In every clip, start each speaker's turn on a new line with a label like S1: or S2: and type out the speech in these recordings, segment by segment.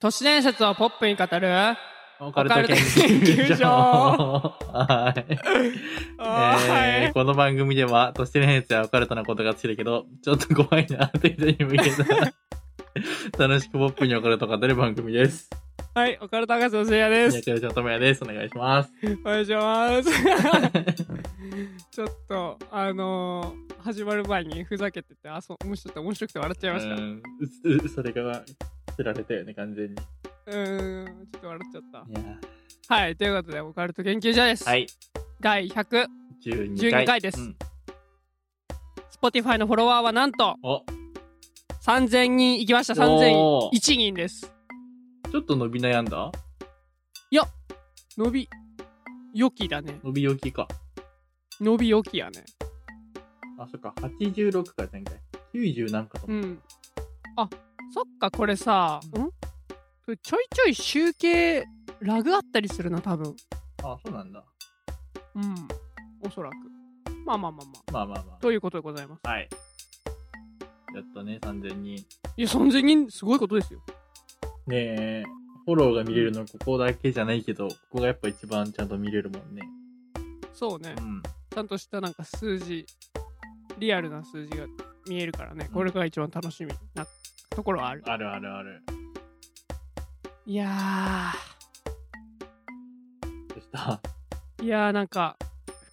S1: 都市伝説をポップに語る
S2: オカルト研
S1: 究所
S2: 究所。はい。え
S1: は
S2: ーこの番組では、都市伝説やオカルトなことが好きだけど、ちょっと怖いな、って人に向け た、楽しくポップにオカルトを語る番組です。
S1: い、はい、オカルト博士のせいやです
S2: 宮城吉智也です。お願い します。
S1: お願いします ちょっとあのー始まる前にふざけててあそう面白くて面白くて笑っちゃいました
S2: うんううそれが知られたよね、完全に。
S1: うんんちょっと笑っちゃった
S2: いや
S1: はいということでオカルト研究所です、
S2: ーはい。
S1: 第100
S2: 12回。
S1: 12回です
S2: うん、
S1: Spotify のフォロワーはなんと
S2: お
S1: 3000人いきました
S2: お
S1: 3001
S2: ー
S1: 人です
S2: ちょっと伸び悩んだ
S1: 伸び良きだね
S2: 伸び置きか。
S1: 伸び良きやね
S2: あ、そっか。86回前回。90なんかと
S1: う
S2: 思っ
S1: んあそっかこれさんこれちょいちょい集計ラグあったりするな多分
S2: た。あ、そうなんだ。
S1: うんおそらくまあまあまあまあ
S2: まあまあま
S1: ということでございます
S2: あ。はい。やったね、3000人。
S1: いや3000人すごいことですよ
S2: ねえ、フォローが見れるのここだけじゃないけど、ここがやっぱ一番ちゃんと見れるもんね。
S1: そうね
S2: うん。
S1: ちゃんとしたなんか数字リアルな数字が見えるからねこれが一番楽しみなところはある
S2: あるあるある。
S1: いや
S2: そした。
S1: ーいやーなんか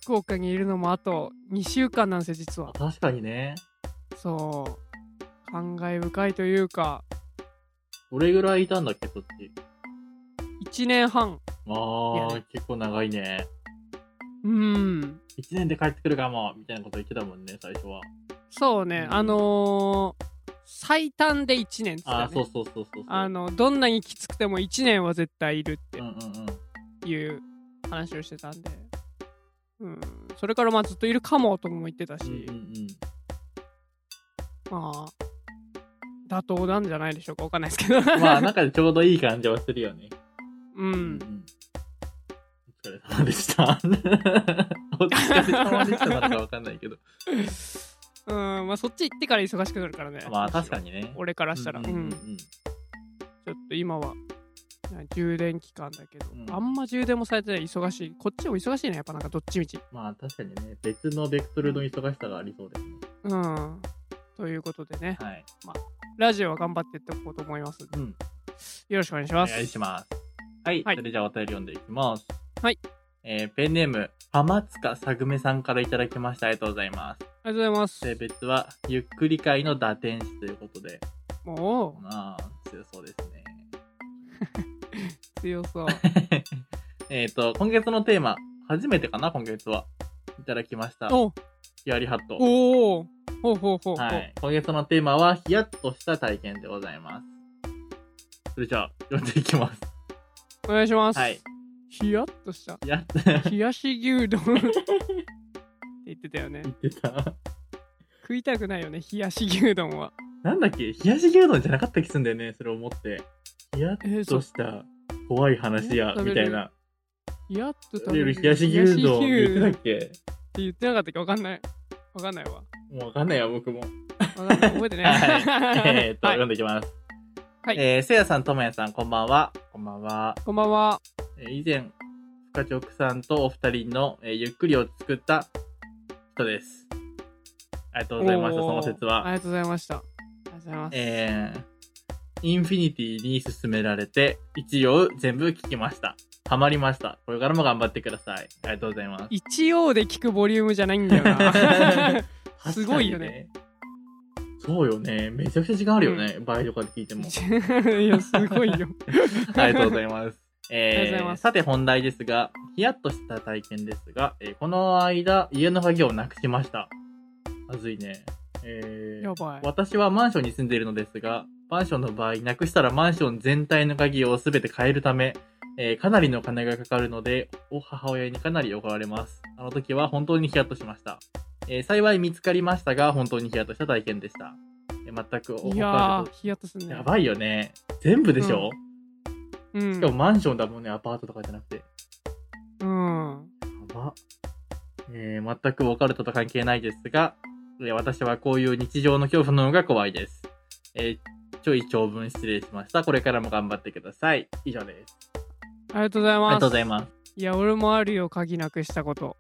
S1: 福岡にいるのもあと2週間なんですよ実は
S2: 確かにね。
S1: そう感慨深いというか
S2: どれぐらいいたんだっけ、そっち。
S1: 1年半い
S2: あ
S1: や
S2: あ、結構長いね。
S1: うん
S2: 1年で帰ってくるかも、みたいなこと言ってたもんね、最初は。
S1: そうね、
S2: うん
S1: あのー最短で1年っつってた
S2: あ
S1: ね
S2: あ、そうそうそうそうそう。
S1: あのどんなにきつくても1年は絶対いる
S2: うんう
S1: っ
S2: んうん。
S1: ていう話をしてたんで、うん、それからまあずっといるかもとも言ってたし、
S2: うんうんうん。
S1: まあ妥当なんじゃないでしょうかわかんないですけど
S2: まあ、なんかちょうどいい感じはするよね。
S1: う。
S2: うんお疲れ様でした。 お疲れ様でしたなのかわかんないけ ど。
S1: うんまあそっち行ってから忙しくなるからね
S2: まあ、確かにね。
S1: 俺からしたら、
S2: うんうんうん
S1: うんちょっと今はな充電期間だけど、
S2: うん
S1: あんま充電もされてない忙しいこっちも忙しいねやっぱなんかどっちみち
S2: まあ確かにね、別のベクトルの忙しさがありそうですね。
S1: うんということでね
S2: はい。
S1: ラジオは頑張っていっておこうと思いますんで
S2: うん。
S1: よろしくお願いし
S2: お
S1: ます
S2: 願いします。はい。
S1: はい
S2: それじゃあお便り読んでいきます。
S1: はい。
S2: えーペンネーム、浜塚さぐめさんからいただきました。ありがとうございます。
S1: ありがとうございます
S2: 性別は、ゆっくり会の打天使ということで、
S1: も
S2: まあ、強そうですね。
S1: う強 そう
S2: えっと、今月のテーマ、初めてかな、今月は。いただきました。
S1: お
S2: ヒアリハット。
S1: おおほうほうほうほう、
S2: はい。今月のテーマは、ヒヤッとした体験でございます。それじゃあ、読んでいきます。
S1: お願いします、
S2: はい。
S1: ヒヤッとした
S2: ヒヤッと。
S1: 冷やし牛丼って言ってたよね
S2: 言ってた。
S1: 食いたくないよね冷やし牛丼は
S2: なんだっけ冷やし牛丼じゃなかった気すんだよね、それを思って。ヒヤッとした怖い話
S1: え
S2: や
S1: ー、そう
S2: みたいな。
S1: ヒヤッと食
S2: い
S1: べ
S2: わゆ
S1: る
S2: る冷やし
S1: 冷
S2: 牛丼
S1: やし牛
S2: 言
S1: 丼って
S2: ったっけ
S1: て言ってなかったっけわかんないわかんないわ
S2: もうわかんないよ、僕も。
S1: わかんない覚えてね
S2: はい。えーっ と、
S1: はい
S2: 読んでいきます。
S1: はい
S2: えーせいやさん、ともやさん、こんばんは。こんばんは。
S1: こんばんは
S2: えー以前、深直さんとお二人の、えーゆっくりを作った人です。ありがとうございました、そ
S1: お
S2: の
S1: ー
S2: 説
S1: あ
S2: は。
S1: りがとうございましたありがとうございます、
S2: えーインフィニティに勧められて、一応全部聞きました。ハマりました。これからも頑張ってください。ありがとうございます。
S1: 一応で聞くボリュームじゃないんだよなすごいよね
S2: 確かにね。そうよね。めちゃくちゃ時間あるよね。倍とかで聞いても。
S1: いやすごいよ
S2: ありがとうございます。
S1: ありがとうござい
S2: え
S1: ま
S2: ー、
S1: す
S2: さて本題ですが、ヒヤッとした体験ですが、えーこの間、家の鍵をなくしました。まずいね。えー
S1: やばい
S2: 私はマンションに住んでいるのですが、マンションの場合、なくしたらマンション全体の鍵を全て変えるため、えーかなりの金がかかるので、お母親にかなり怒られます。あの時は本当にヒヤッとしました。えー幸い見つかりましたが、本当にヒヤッとした体験でした。えー全くお
S1: い
S2: 母
S1: や
S2: さ
S1: ーヒヤッとすん
S2: ん
S1: ね
S2: やばいよね。全部でしょ、
S1: うん
S2: しかもマンションだもんね、アパートとかじゃなくて。や
S1: うん
S2: ば。えー、全くオカルトと関係ないですが、えー私はこういう日常の恐怖の方が怖いです。えーちょい長文失礼しました。これからも頑張ってください。以上です。
S1: ありがとうござい
S2: あり
S1: ま
S2: がとう
S1: す
S2: ございます。
S1: いや俺もあるよ鍵なくしたこと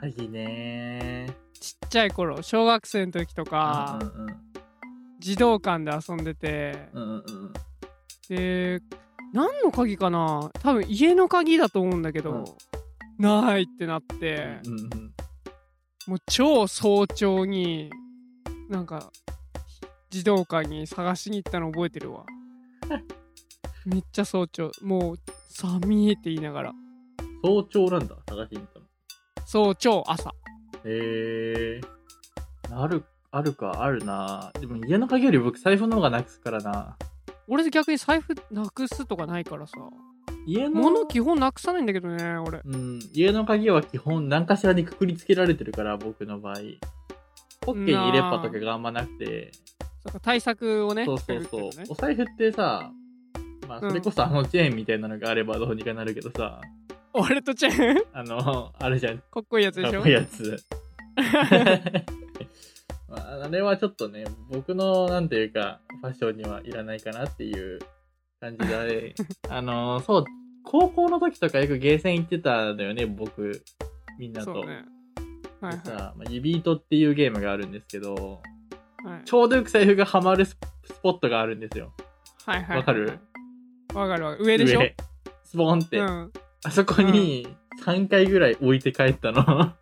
S2: 鍵ね
S1: ちっちゃい頃小学生の時とか、
S2: うん
S1: 児童館で遊んでて、
S2: うんうんうんうん
S1: で何の鍵かな多分家の鍵だと思うんだけど、ないってなって、
S2: うんうん
S1: もう超早朝になんか児童館に探しに行ったの覚えてる わめっちゃ早朝もう「寒い」って言いながら
S2: 早朝なんだ、探しに行ったの。
S1: 早朝朝
S2: へえある、あるか、あるなでも家の鍵より僕財布の方がなくすからな
S1: 俺逆に財布なくすとかないからさ
S2: 家の、
S1: 物基本なくさないんだけどね俺
S2: うん、家の鍵は基本何かしらにくくりつけられてるから、僕の場合。ポッケに入れっぱとかがあんまなくて、
S1: そっか対策をね
S2: そうそうそう、
S1: してるってい
S2: お財布ってさ、まあ、
S1: うん
S2: それこそあのチェーンみたいなのがあればどうにかなるけどさ、
S1: うね俺とチェーン
S2: あの、あれじゃん、
S1: かっこいいやつでし
S2: かっ
S1: ょ
S2: こいいや つ。 まあ、あれはちょっとね、僕の、なんていうか、ファッションにはいらないかなっていう感じで、あれ、あの、そう、高校の時とかよくゲーセン行ってたんだよね、僕、みんな
S1: そ
S2: と。
S1: うねはい
S2: で
S1: は
S2: さ、まあ、指糸っていうゲームがあるんですけど、
S1: いはい
S2: ちょうどよく財布がハマるススポットがあるんですよ。
S1: はいはいはい
S2: わかる
S1: わかるわかる上でしょ
S2: 上スポンって。
S1: うん
S2: あそこに3回ぐらい置いて帰ったの。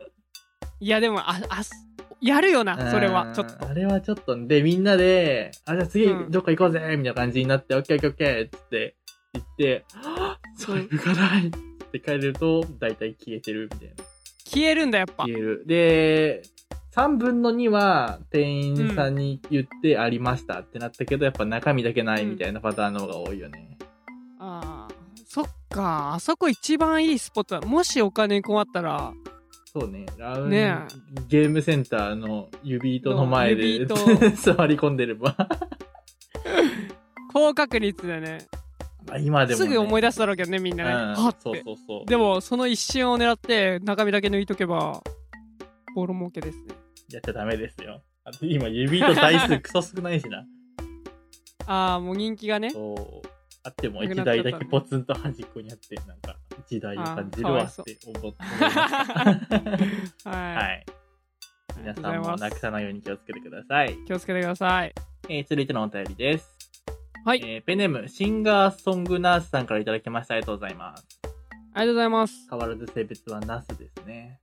S1: いやでもああすやるよなそれはちょっと
S2: あれはちょっと。で、みんなで、あ、じゃあ次
S1: うん
S2: どっか行こうぜみたいな感じになって、オッケーオッケーオッケーっつって言って、はぁ財布がないって帰ると、だいたい消えてるみたいな。
S1: 消えるんだやっぱ
S2: 消える。で、3分の2は店員さんに言ってありましたってなったけど、やっぱ中身だけないみたいなパターンの方が多いよね。
S1: あーそっかあそこ一番いいスポットだもしお金に困ったら
S2: そうね。ラウン
S1: ね
S2: ゲームセンターの指糸の前で
S1: 指糸
S2: 座り込んでれば。
S1: 高確率でね
S2: まあ今でも、
S1: すぐ思い
S2: 出
S1: 出すだろうけどねみんなね、はって
S2: そうそうそう。
S1: でもその一瞬を狙って中身だけ抜いとけばボロ儲けですね
S2: やっちゃダメですよ。あと今、指と台 数クソ少ないしな。
S1: ああもう人気がね
S2: そう。あっても
S1: なく
S2: 一
S1: なっちゃった
S2: 台だけポツンと端っこにあって、なんか、一台を感じるわ
S1: あー
S2: っ
S1: かわ
S2: て 思ってました。
S1: は、
S2: はいい。
S1: ありが
S2: 皆
S1: とうご
S2: さん
S1: ざい
S2: も
S1: ます
S2: なくさないように気をつけてください。
S1: 気をつけてください
S2: えー続いてのお便りです。
S1: はい
S2: えーペンネーム、シンガーソングナースさんからいただきました。ありがとうございます。
S1: ありがとうございます
S2: 変わらず性別はナスですね。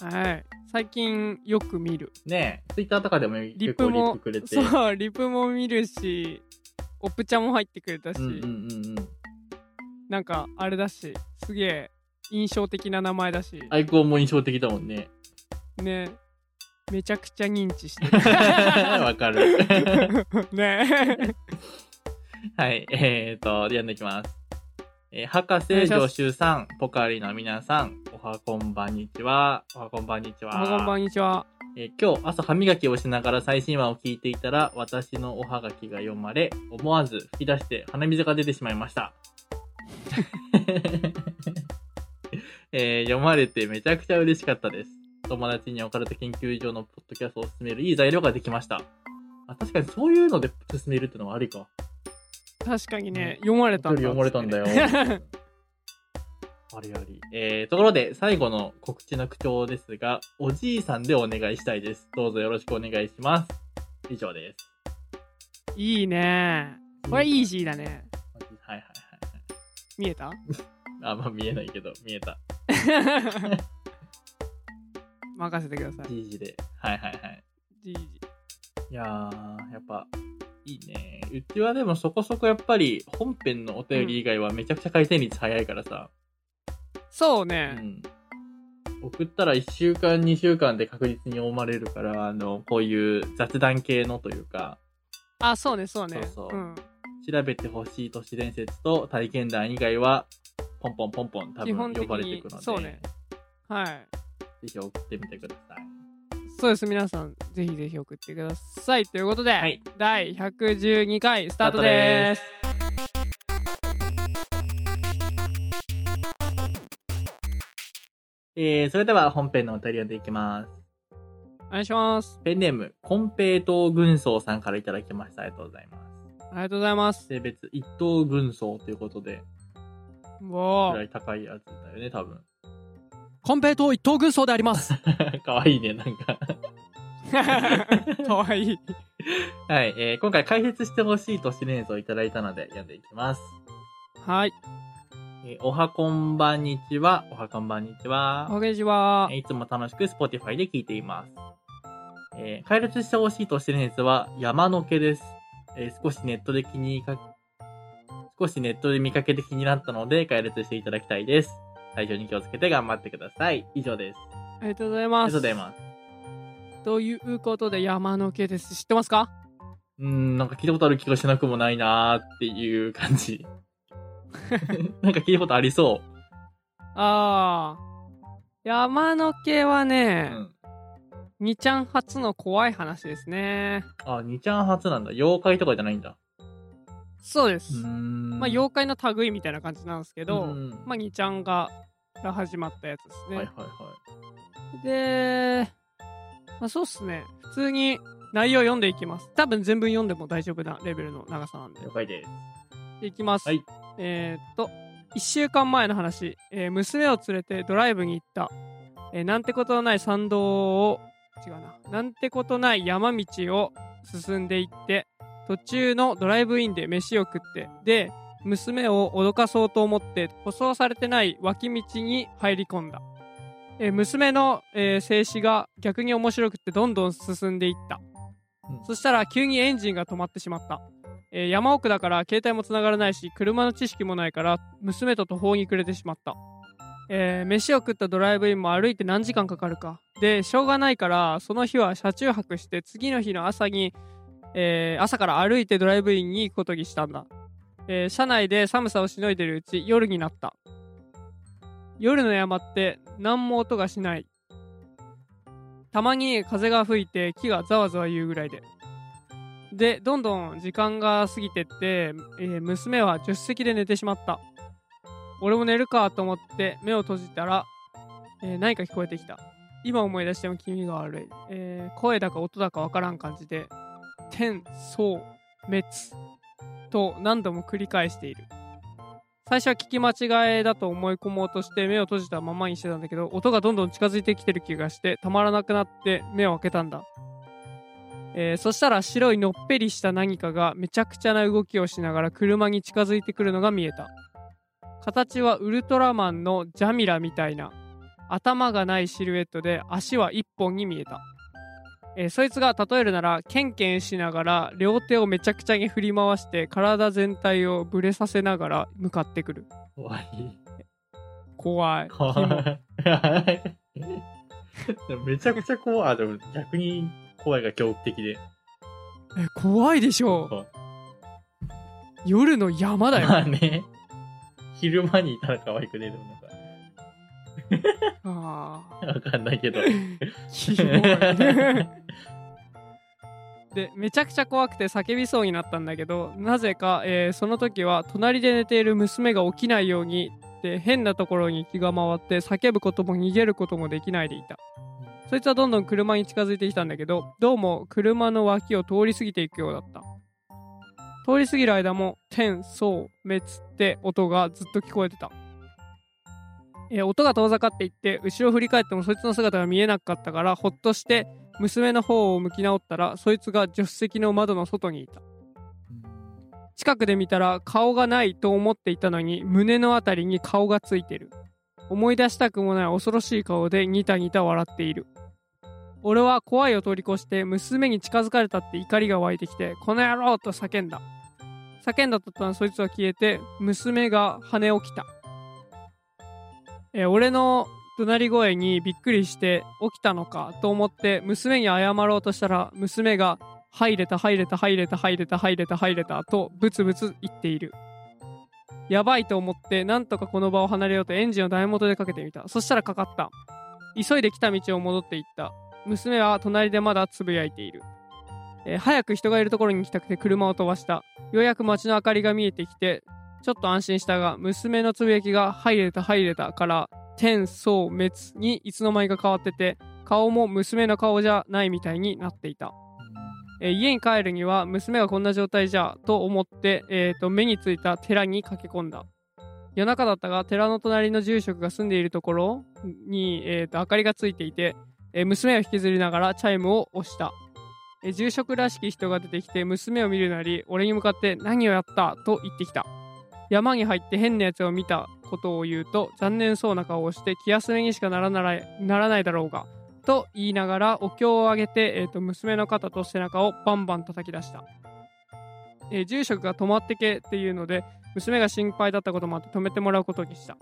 S1: はい最近よく見る
S2: ねえ、ツイッターとかでも
S1: リ
S2: 結
S1: プ
S2: 構リッ
S1: も
S2: プくれて。
S1: そうリプも見るしオプチャも入ってくれたし、
S2: うんうんうんうん。
S1: なんかあれだしすげえ印象的な名前だし
S2: アイコンも印象的だも んね。
S1: ねめちゃくちゃ認知して
S2: わかる。
S1: るね
S2: はい、えーと、読んでいきます。えー博
S1: お願い
S2: 士、
S1: します
S2: 助手さん、ポカリの皆さん、おはこんばんにちは。おはこんばんにち
S1: お
S2: は。
S1: はこんばんにちは
S2: えー今日朝歯磨きをしながら最新話を聞いていたら、私のおはがきが読まれ、思わず吹き出して鼻水が出てしまいました。 えー読まれてめちゃくちゃ嬉しかったです。友達にオカルト研究所のポッドキャストを勧めるいい材料ができました。あ確かにそういうので勧めるってのはありか。
S1: 確かにね読まれたんだ
S2: 読まれたんだよ。ありあり。えー、ところで、最後の告知の口調ですが、おじいさんでお願いしたいです。どうぞよろしくお願いします。以上です。
S1: いいねこれイージーだね
S2: はいはいはい。
S1: 見え た
S2: あんまあ見えないけど、見えた。
S1: 任せてください
S2: じいじで。はいはいはい。
S1: じいじ
S2: いやー、やっぱ、いいね。うちはでもそこそこやっぱり、本編のお便り以外はめちゃくちゃ回転率早いからさ。
S1: そう
S2: う
S1: ね、
S2: ん。送ったら1週間、2週間で確実に読まれるから、あの、こういう雑談系のというか、
S1: あそうねそうね、
S2: そうそうん調べてほしい都市伝説と体験談以外は、ポンポンポンポン多
S1: 基
S2: 分
S1: 本的
S2: 呼
S1: に
S2: ばれていくので、
S1: そうねはい
S2: ぜひ送ってみてください。
S1: そうです皆さんぜひぜひ送ってくださいということで、
S2: はい
S1: 第112回スタート
S2: スタートで
S1: ですす
S2: えー、それでは本編のお便りを読んでいきます。
S1: お願いします
S2: ペンネーム、コンペイト軍曹さんからいただきました。ありがとうございます。
S1: りがとうございます。
S2: 性別一等軍曹ということで、
S1: も
S2: ぐら
S1: う、
S2: い高いやつだよね、多分。
S1: コンペイト一等軍曹であり ます。
S2: かわいいね、なんか。
S1: かわいい。
S2: はい、えー今回解説してほしい都市伝説をいただいたので読んでいきます。
S1: はい。
S2: えーおはこんばんにちは。おはこんばんにちは。
S1: こんにちは
S2: えー。いつも楽しく Spotify で聞いています。えー、解説してほしいとしてるやつは山の毛です。えー少しネットで気にか、少しネットで見かけて気になったので解説していただきたいです。体調に気をつけて頑張ってください。以上です。
S1: ありがとうござい
S2: あ
S1: ま
S2: りがと
S1: す
S2: うご。ざいます。
S1: ということで、山の毛です。知ってますか
S2: うーん、なんか聞いたことある気がしなくもないなーっていう感じ。 なんか聞いたことありそ
S1: ああ。山の毛は
S2: う。う
S1: ね、
S2: ん。
S1: 二ちゃん初の怖い話ですね。
S2: あ、2ちゃん初なんだ。妖怪とかじゃないんだ。
S1: そうです。
S2: うーん。
S1: まあ、妖怪の類みたいな感じなんですけど、
S2: うん
S1: まあ、二ちゃんが、が始まったやつですね。
S2: はいはいはい。
S1: で、まあ、そうっすね。普通に内容読んでいきます。多分全文読んでも大丈夫なレベルの長さなんで。
S2: 了解です。
S1: いきます。
S2: はい
S1: えーっと、1週間前の話、えー娘を連れてドライブに行った、えーなんてことのない山道を、違うな、なんてことない山道を進んでいって、途中のドライブインで飯を食って、で、娘を脅かそうと思って、舗装されてない脇道に入り込んだ。えー娘の、えー静止が逆に面白くてどんどん進んでいった。
S2: うん
S1: そしたら急にエンジンが止まってしまった。えー山奥だから携帯もつながらないし車の知識もないから娘と途方に暮れてしまった、えー飯を食ったドライブインも歩いて何時間かかるかでしょうがないからその日は車中泊して次の日の朝に、えー朝から歩いてドライブインに行くことにしたんだ、えー車内で寒さをしのいでるうち夜になった夜の山って何も音がしないたまに風が吹いて木がざわざわ言うぐらいででどんどん時間が過ぎてって、えー娘は助手席で寝てしまった俺も寝るかと思って目を閉じたら、えー何か聞こえてきた今思い出しても気味が悪い、えー声だか音だかわからん感じで「天相滅」と何度も繰り返している最初は聞き間違えだと思い込もうとして目を閉じたままにしてたんだけど音がどんどん近づいてきてる気がしてたまらなくなって目を開けたんだえーそしたら白いのっぺりした何かがめちゃくちゃな動きをしながら車に近づいてくるのが見えた形はウルトラマンのジャミラみたいな頭がないシルエットで足は一本に見えた、えーそいつが例えるならケンケンしながら両手をめちゃくちゃに振り回して体全体をブレさせながら向かってくる
S2: 怖い。
S1: 怖い
S2: 怖
S1: キモ
S2: い。めちゃくちゃ怖い。あ、でも逆に怖いが恐怖的で。
S1: え怖いでしょ
S2: 怖い
S1: 夜の山だよ
S2: まあね。昼間にいたら可愛くねえでも
S1: あ
S2: なんか、わかんないけど。
S1: ーキモいでめちゃくちゃ怖くて叫びそうになったんだけどなぜか、えーその時は隣で寝ている娘が起きないようにって変なところに気が回って叫ぶことも逃げることもできないでいたそいつはどんどん車に近づいてきたんだけどどうも車の脇を通り過ぎていくようだった通り過ぎる間も「天相滅」って音がずっと聞こえてた、えー音が遠ざかっていって後ろ振り返ってもそいつの姿が見えなかったからほっとして娘の方を向き直ったらそいつが助手席の窓の外にいた近くで見たら顔がないと思っていたのに胸のあたりに顔がついてる思い出したくもない恐ろしい顔でニタニタ笑っている俺は怖いを通り越して娘に近づかれたって怒りが湧いてきてこの野郎と叫んだ叫んだ途端そいつは消えて娘が跳ね起きたえー俺の怒鳴り声にびっくりして起きたのかと思って娘に謝ろうとしたら娘が「入れた入れた入れた入れた入れた入れた」とブツブツ言っているやばいと思ってなんとかこの場を離れようとエンジンを台元でかけてみたそしたらかかった急いで来た道を戻っていった娘は隣でまだつぶやいている、えー早く人がいるところに行きたくて車を飛ばしたようやく街の明かりが見えてきてちょっと安心したが娘のつぶやきが「入れた入れた」から天相滅にいつの間にか変わってて顔も娘の顔じゃないみたいになっていた、えー家に帰るには娘がこんな状態じゃと思って、えーと目についた寺に駆け込んだ夜中だったが寺の隣の住職が住んでいるところに、えーと明かりがついていて、えー娘を引きずりながらチャイムを押した、えー住職らしき人が出てきて娘を見るなり俺に向かって何をやったと言ってきた山に入って変なやつを見たことを言うと残念そうな顔をして気休めにしかならならならないだろうがと言いながらお経を上げて、えーと娘の肩と背中をバンバン叩き出した、えー住職が止まってけっていうので娘が心配だったこともあって止めてもらうことにした、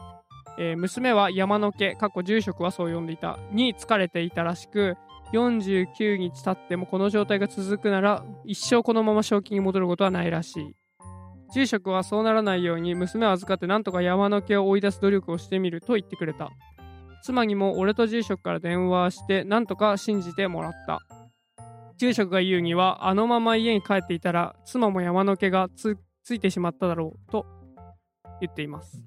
S1: えー娘は山の家かっこ住職はそう呼んでいたに疲れていたらしく49日経ってもこの状態が続くなら一生このまま正気に戻ることはないらしい住職はそうならないように娘を預かってなんとか山の家を追い出す努力をしてみると言ってくれた妻にも俺と住職から電話してなんとか信じてもらった住職が言うにはあのまま家に帰っていたら妻も山の毛がつついてしまっただろうと言っています、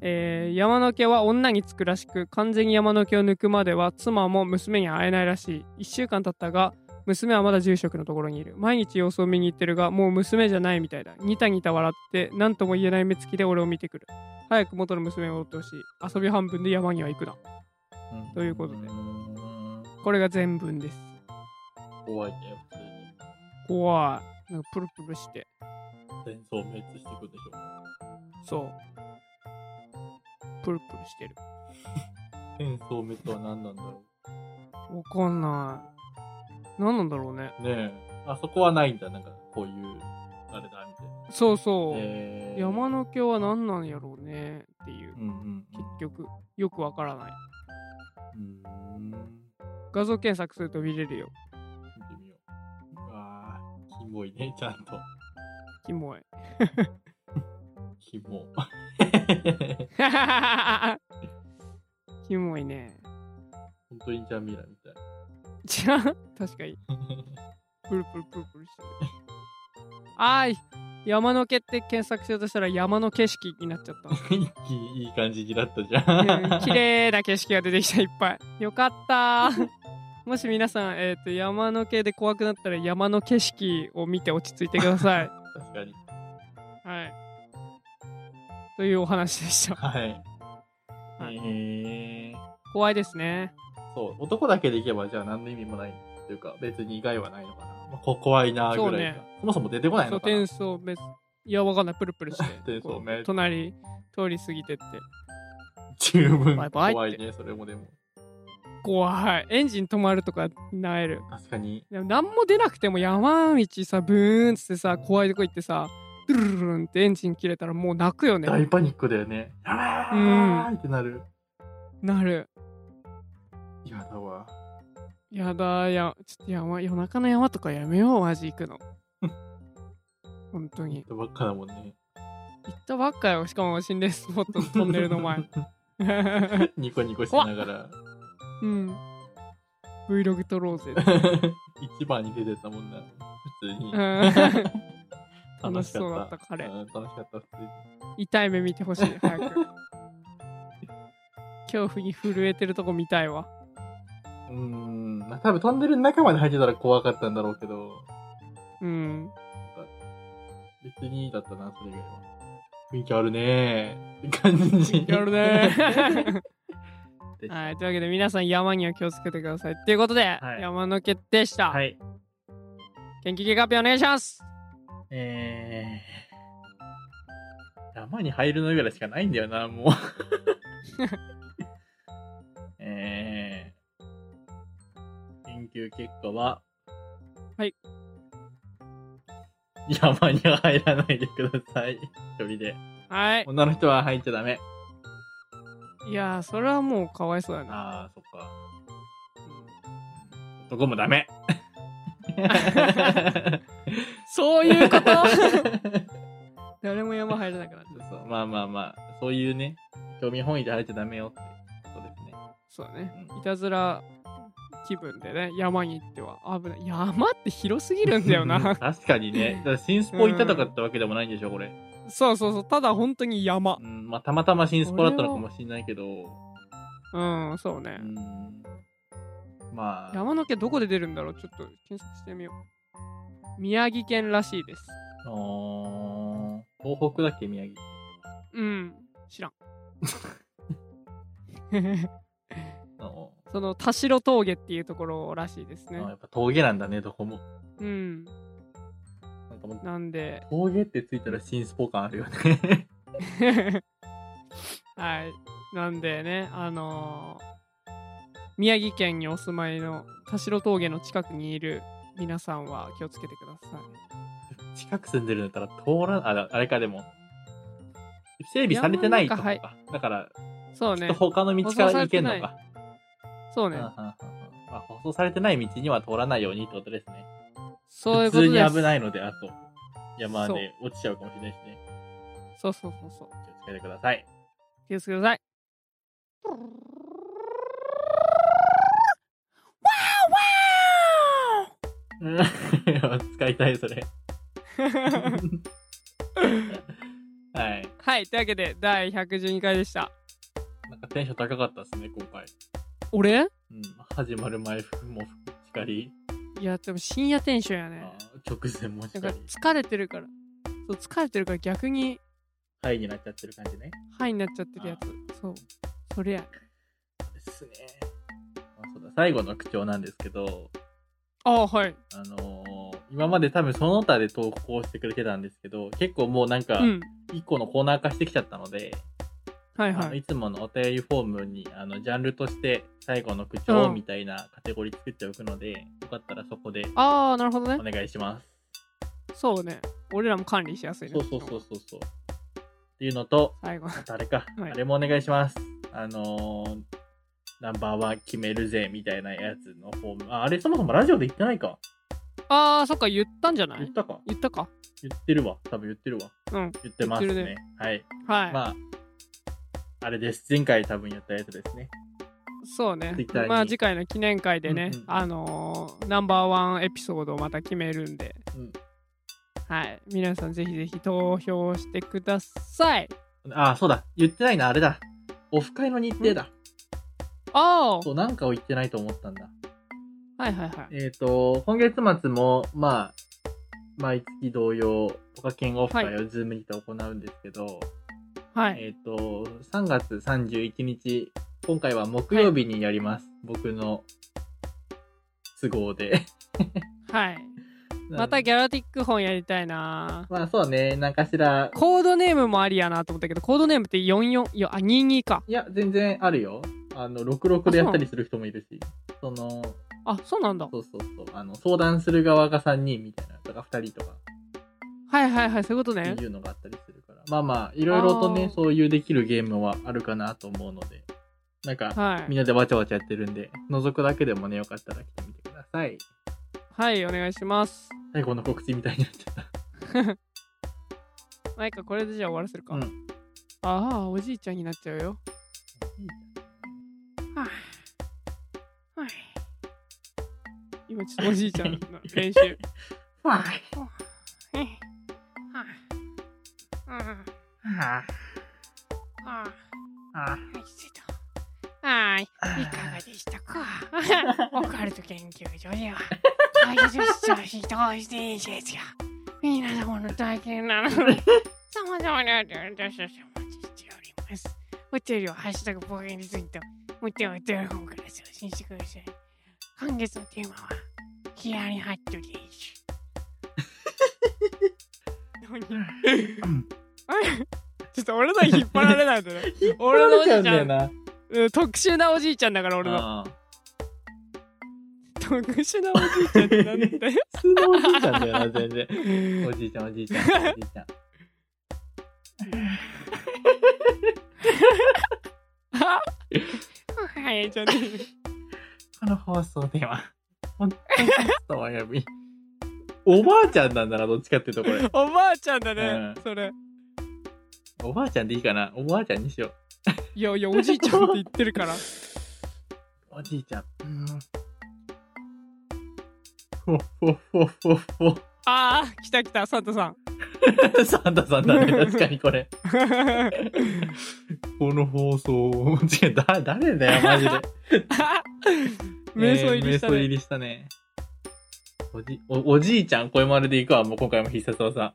S1: えー山の毛は女につくらしく完全に山の毛を抜くまでは妻も娘に会えないらしい1週間経ったが娘はまだ住職のところにいる毎日様子を見に行ってるがもう娘じゃないみたいだニタニタ笑って何とも言えない目つきで俺を見てくる早く元の娘に戻ってほしい遊び半分で山には行くな
S2: うん
S1: ということで
S2: ん
S1: これが全文です。
S2: 怖いね、普通に。
S1: 怖い。なんかプルプルして。
S2: 戦争滅していくでしょ。
S1: そう。プルプルしてる。
S2: 戦争滅は何なんだろ
S1: わかんない。何なんだろうね。
S2: う。ねえ。あそこはないんだ、なんか、こういう、あれだ、みたいな。
S1: そうそう。
S2: えー
S1: 山の毛は何なんやろうねっていう
S2: う。んうん
S1: 結局、よくわからない。
S2: うん。うーん。
S1: 画像検索すると見れるよ。
S2: 見てみよう。うわー、キモいね、ちゃんと。
S1: キモい。
S2: キ モ。
S1: キモいね。
S2: 本当にジャミラみたい。
S1: じゃあ、確かに。プルプルプルプルしてる。あーい。山の毛って検索するとしたら山の景色になっちゃった。
S2: 一気にいい感じになったじ
S1: う
S2: ゃ
S1: ん
S2: ん。
S1: 綺麗な景色が出てきたいっぱいよかったーもし皆さん、えー、と山の系で怖くなったら山の景色を見て落ち着いてください、
S2: 確かに。
S1: はい、というお話でした
S2: はい。
S1: はい
S2: えー、
S1: 怖いですね
S2: そう、男だけでいけばじゃあ何の意味もないというか、別に害はないのかな。まあ、こ怖いなーぐらい
S1: そ
S2: か
S1: う
S2: そもそも出てこない
S1: そう
S2: のかな。
S1: 転送別いやわかんないプルプルして
S2: 転送
S1: こう
S2: め
S1: 隣通り過ぎてって
S2: 十分
S1: バイバイって
S2: 怖いね、それもでも。
S1: 怖いエンジン止まるとかなえる
S2: 確かに。
S1: でも何も出なくても山道さブーンっつってさ怖いとこ行ってさドゥルルルンってエンジン切れたらもう泣くよね
S2: 大パニックだよね。やばーいってなる。
S1: なる
S2: 嫌だわ。
S1: やだや、ちょっと山、夜中の山とかやめよう、マジ行 くの。本当に。
S2: ばっかだもんね。
S1: 行ったばっかよ、しかも心霊スポットのトンネルの前。
S2: ニコニコしながら。
S1: うん。Vlog 撮ろう ぜ。
S2: 一番に出てたもんな。普通に
S1: うん。楽しそうだった彼
S2: うん楽しかった、普通に。
S1: 痛い目見てほしい、早く。恐怖に震えてるとこ見たいわ。
S2: うーん、まあ多分トンネルの中まで入ってたら怖かったんだろうけど、
S1: うん。
S2: 別にいいだったな、それ以外は。雰囲気あるねーって感じ。
S1: やるね
S2: で した
S1: はい、というわけで皆さん山には気をつけてください。ということで、
S2: はい
S1: 山の決定でした。
S2: はい。
S1: 元気系カピお願いします
S2: えー、山に入るのぐらいしかないんだよな、もう。 えー、研究結果は、
S1: はい。
S2: 山には入らないでください。一人で。
S1: はい。
S2: 女の人は入っちゃダメ。
S1: いやー、それはもうかわいそうやな。
S2: ああ、そっか。男も ダメ。
S1: そういう こと誰も山入れなくなっちゃう。
S2: そうまあまあまあ、そういうね、興味本位で入っちゃダメよってことですね。
S1: そうだね
S2: う。ん
S1: いたずら気分でね、山に行っては危ない。山って広すぎるんだよ な。
S2: 確かにね。だから新スポ行ったとかってわけでもないんでしょ、これ。
S1: そうそうそう、ただ本当に山
S2: う。ん、まあ、たまたま新スポだったのかもしれないけど、
S1: うん、そうね
S2: う。ん、まあ、
S1: 山の毛どこで出るんだろうちょっと検索してみよう。宮城県らしいです。
S2: あー東北だっけ宮城。
S1: うん、知ら ん。
S2: あー
S1: その田代峠っていうところらしいです
S2: あ
S1: ね。
S2: ーやっぱ峠なんだね、どこも。
S1: うん、
S2: なんかもう
S1: なんで、
S2: 峠ってついたら新スポ感あるよね。
S1: はい。なんでね、あのー宮城県にお住まいの田代峠の近くにいる皆さんは気をつけてくださ
S2: 近く住んでるんだったら通らあ、あれかでも。整備されてないとこ
S1: いや
S2: か。だから、
S1: い。そう
S2: ちょ
S1: ね
S2: っと。他の道から行けんのか。
S1: そう
S2: うんうんうんう
S1: ね
S2: ん。まあ、舗装されてない道には通らないようにってことですね。
S1: そういうこ
S2: 普通
S1: とです。
S2: に危ないので、あと、山で落ちちゃうかもしれないしね。
S1: そうそうそうそう。
S2: 気をつけてください。
S1: 気をつけて ください。
S2: うん 使いたい、それ。はい。
S1: はい。というわけで、第112回でした。
S2: なんかテンション高かったですね、今回。
S1: 俺
S2: うん、始まる前服もしかり、
S1: いや、でも深夜テンションや
S2: あ
S1: ね。
S2: 直前もし
S1: なん
S2: か
S1: か
S2: り、
S1: 疲れてるから。そう、疲れてるから逆に
S2: ハイになっちゃってる感じね。
S1: ハイになっちゃってるやつ。そう。それや。
S2: ですね。あそうだ最後の口調なんですけど、
S1: ああー、はい。
S2: あのー今まで多分その他で投稿してくれてたんですけど、結構もうなんか
S1: う、ん。
S2: 一個のコーナー化してきちゃったので、
S1: はい
S2: い
S1: はい
S2: い、。つものお便りフォームに、あの、ジャンルとして最後の口調みたいなカテゴリー作っておくので、よかったらそこで
S1: ああ、なるほど
S2: お
S1: ね。
S2: 願いします。
S1: そうね。俺らも管理しやすいね。
S2: そうそうそうそうそう。っていうのと、
S1: 最後。
S2: あとあれか、
S1: はい
S2: あれもお願いします。あのーナンバーワン決めるぜみたいなやつのフォーム。あ、あれそもそもラジオで言ってないか。
S1: ああ、そっか、言ったんじゃな
S2: 言っ
S1: い
S2: たか。
S1: 言ったか。
S2: 言ってるわ。多分言ってるわ。
S1: うん。
S2: 言ってますね。
S1: 言ってる
S2: はい。
S1: はい。
S2: まあ、あれです。前回多分やったやつですね。
S1: そうね
S2: Twitter。に
S1: まあ、次回の記念会でね、
S2: うんうん
S1: あのーナンバーワンエピソードをまた決めるんで、
S2: うん
S1: はい。皆さん、ぜひぜひ投票してください。
S2: あ、そうだ。言ってないな。あれだ。オフ会の日程だ。
S1: お
S2: そ
S1: ー
S2: う、なんかを言ってないと思ったんだ。
S1: はいはいはい。
S2: えっ、と、今月末も、まあ、毎月同様、ポカケンオフ会をズームにて行うんですけど、
S1: はい。
S2: えっ、と、3月31日、今回は木曜日にやります。僕の都合で。
S1: はい。 またギャラティック本やりたいな
S2: まあそうね、なんかしら、
S1: コードネームもありやなと思ったけど、コードネームって44、いや、あ、22か。
S2: いや、全然あるよ。あの、66でやったりする人もいるし、その、
S1: あ、そうなんだ。
S2: そうそうそう、あの、相談する側が3人みたいな、とか2人とか、
S1: はいはいはい、そういうこと
S2: っ
S1: ね
S2: て。いうのがあったりするから、まあまあ、いろいろと
S1: あ
S2: ね
S1: ー、
S2: そういうできるゲームはあるかなと思うので、なんか、
S1: はい
S2: み。んなでわちゃわちゃやってるんで、覗くだけでもね、よかったら来てみてください。
S1: はい、お願いします。
S2: 最後の告知みたいになっちゃった。
S1: マイカ、これでじゃあ終わらせるか。
S2: うん
S1: ああ、おじいちゃんになっちゃうよ。はい、はい。今ちょっとおじいちゃ んの練習。は
S2: はい。
S1: い。あ
S2: は
S1: あ、ああ。
S2: あ
S3: はい、生徒はい、いかがでした かオカルト研究所では、大切な人をしていいですよ。皆様の体験なので、様々なお便りをどしどしお待ちしております。お便りはハッシュタグ冒険について、お便りをテレフォンから送信してください。今月のテーマは、ヒアリハットで す。
S1: ちょっと俺の 引っ張られないとね。俺のおじいちゃんうん特殊なおじいちゃんだから俺の。
S2: ああ
S1: 特殊なおじいちゃんってなんだよ。
S2: 普通のおじいちゃんだよな、全然。おじいちゃん、おじいちゃん、おじいちゃん。
S3: はい、
S1: じゃあね
S2: この放送では、本当にゲストをお呼び。おばあちゃんなんだな、どっちかっていうと、これ。
S1: おばあちゃんだね
S2: う、ん
S1: それ。
S2: おばあちゃんでいいかなおばあちゃんにしよう。
S1: いやいや、おじいちゃんって言ってるから。
S2: おじいちゃん。うん。ほっほっほっほっほ。
S1: ああ、来た来た、サンタさん。
S2: サンタさんだね、確かにこれ。この放送、違う、だ、誰 だよ、マジで。
S1: 瞑想入りした
S2: えー瞑想入
S1: ね。
S2: りしたね。おじおおじいちゃん声まれでいくわもう今回も必殺技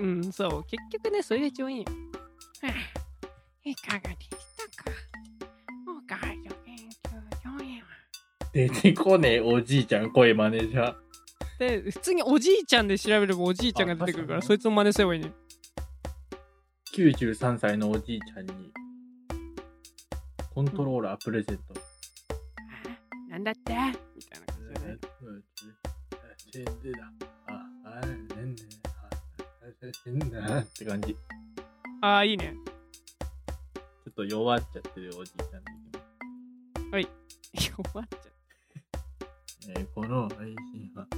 S1: うん、そう。結局ね、それが一番いいよ。
S3: はあいかがでしたかおかえり研究所へは
S2: 出てこねえおじいちゃん声マネージャー
S1: で、普通におじいちゃんで調べればおじいちゃんが出てくるから、
S2: あ確
S1: そ
S2: か
S1: いつを真似すればいいね。
S2: 93歳のおじいちゃんにコントローラープレゼント、
S3: あなんだってみたいな感じだね
S2: 死んでだああねんねあ死んだって感じち
S1: ああ、いいね。
S2: ょっと弱っちゃってるおじいちゃんでいきま
S1: 弱っちゃう
S2: す、えーこの配信はポ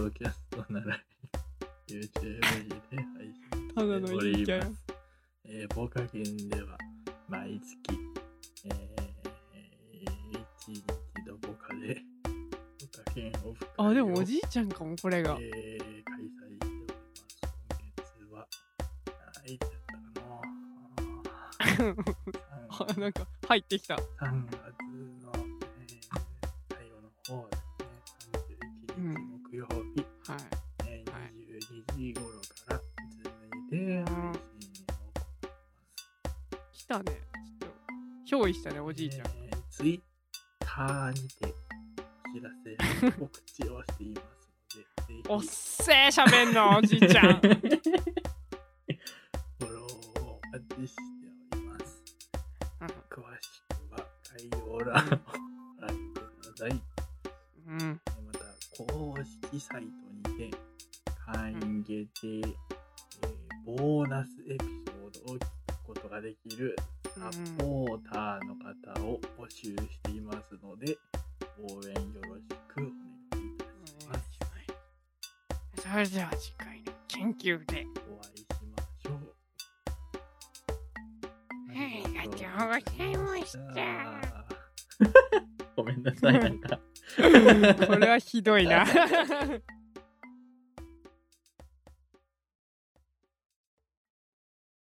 S2: ッドキャストなら YouTube で配信
S1: ただのいいキャラ。
S2: えー、ボカゲンでは毎月、えー、1日どこかでボカゲンオフ会を
S1: あ、でもおじいちゃんかも、これが。
S2: えー開催しております。今 月は、あい
S1: あ
S2: つだったかな。
S1: なんか、入ってきた。
S2: 3月の、えー最後の方ですね、31日木曜日、
S1: はい。
S2: え
S1: はい
S2: ー22時頃から、ズームで配信を行います。
S1: 来たね。ちょっと、憑依したね、おじいちゃん。
S2: えーツイッターにてお知らせ、告知をしていますので、ぜひ
S1: おっせえ、喋んの、おじいちゃ ん。
S2: フォローをお待ちしております。詳しくは概要欄をご覧ください。
S1: うん。
S2: また、公式サイトにて、会員限定、えーボーナスエピソードを聞くことができる
S1: う
S2: サ
S1: ん
S2: ポーターの方を募集していますので、応援よろしくお願いいたします。
S3: それでは次回の研究 で
S2: お会いしましょう。
S3: はいありがとうございました。
S2: ごめんなさい、なんか。
S1: これはひどいな。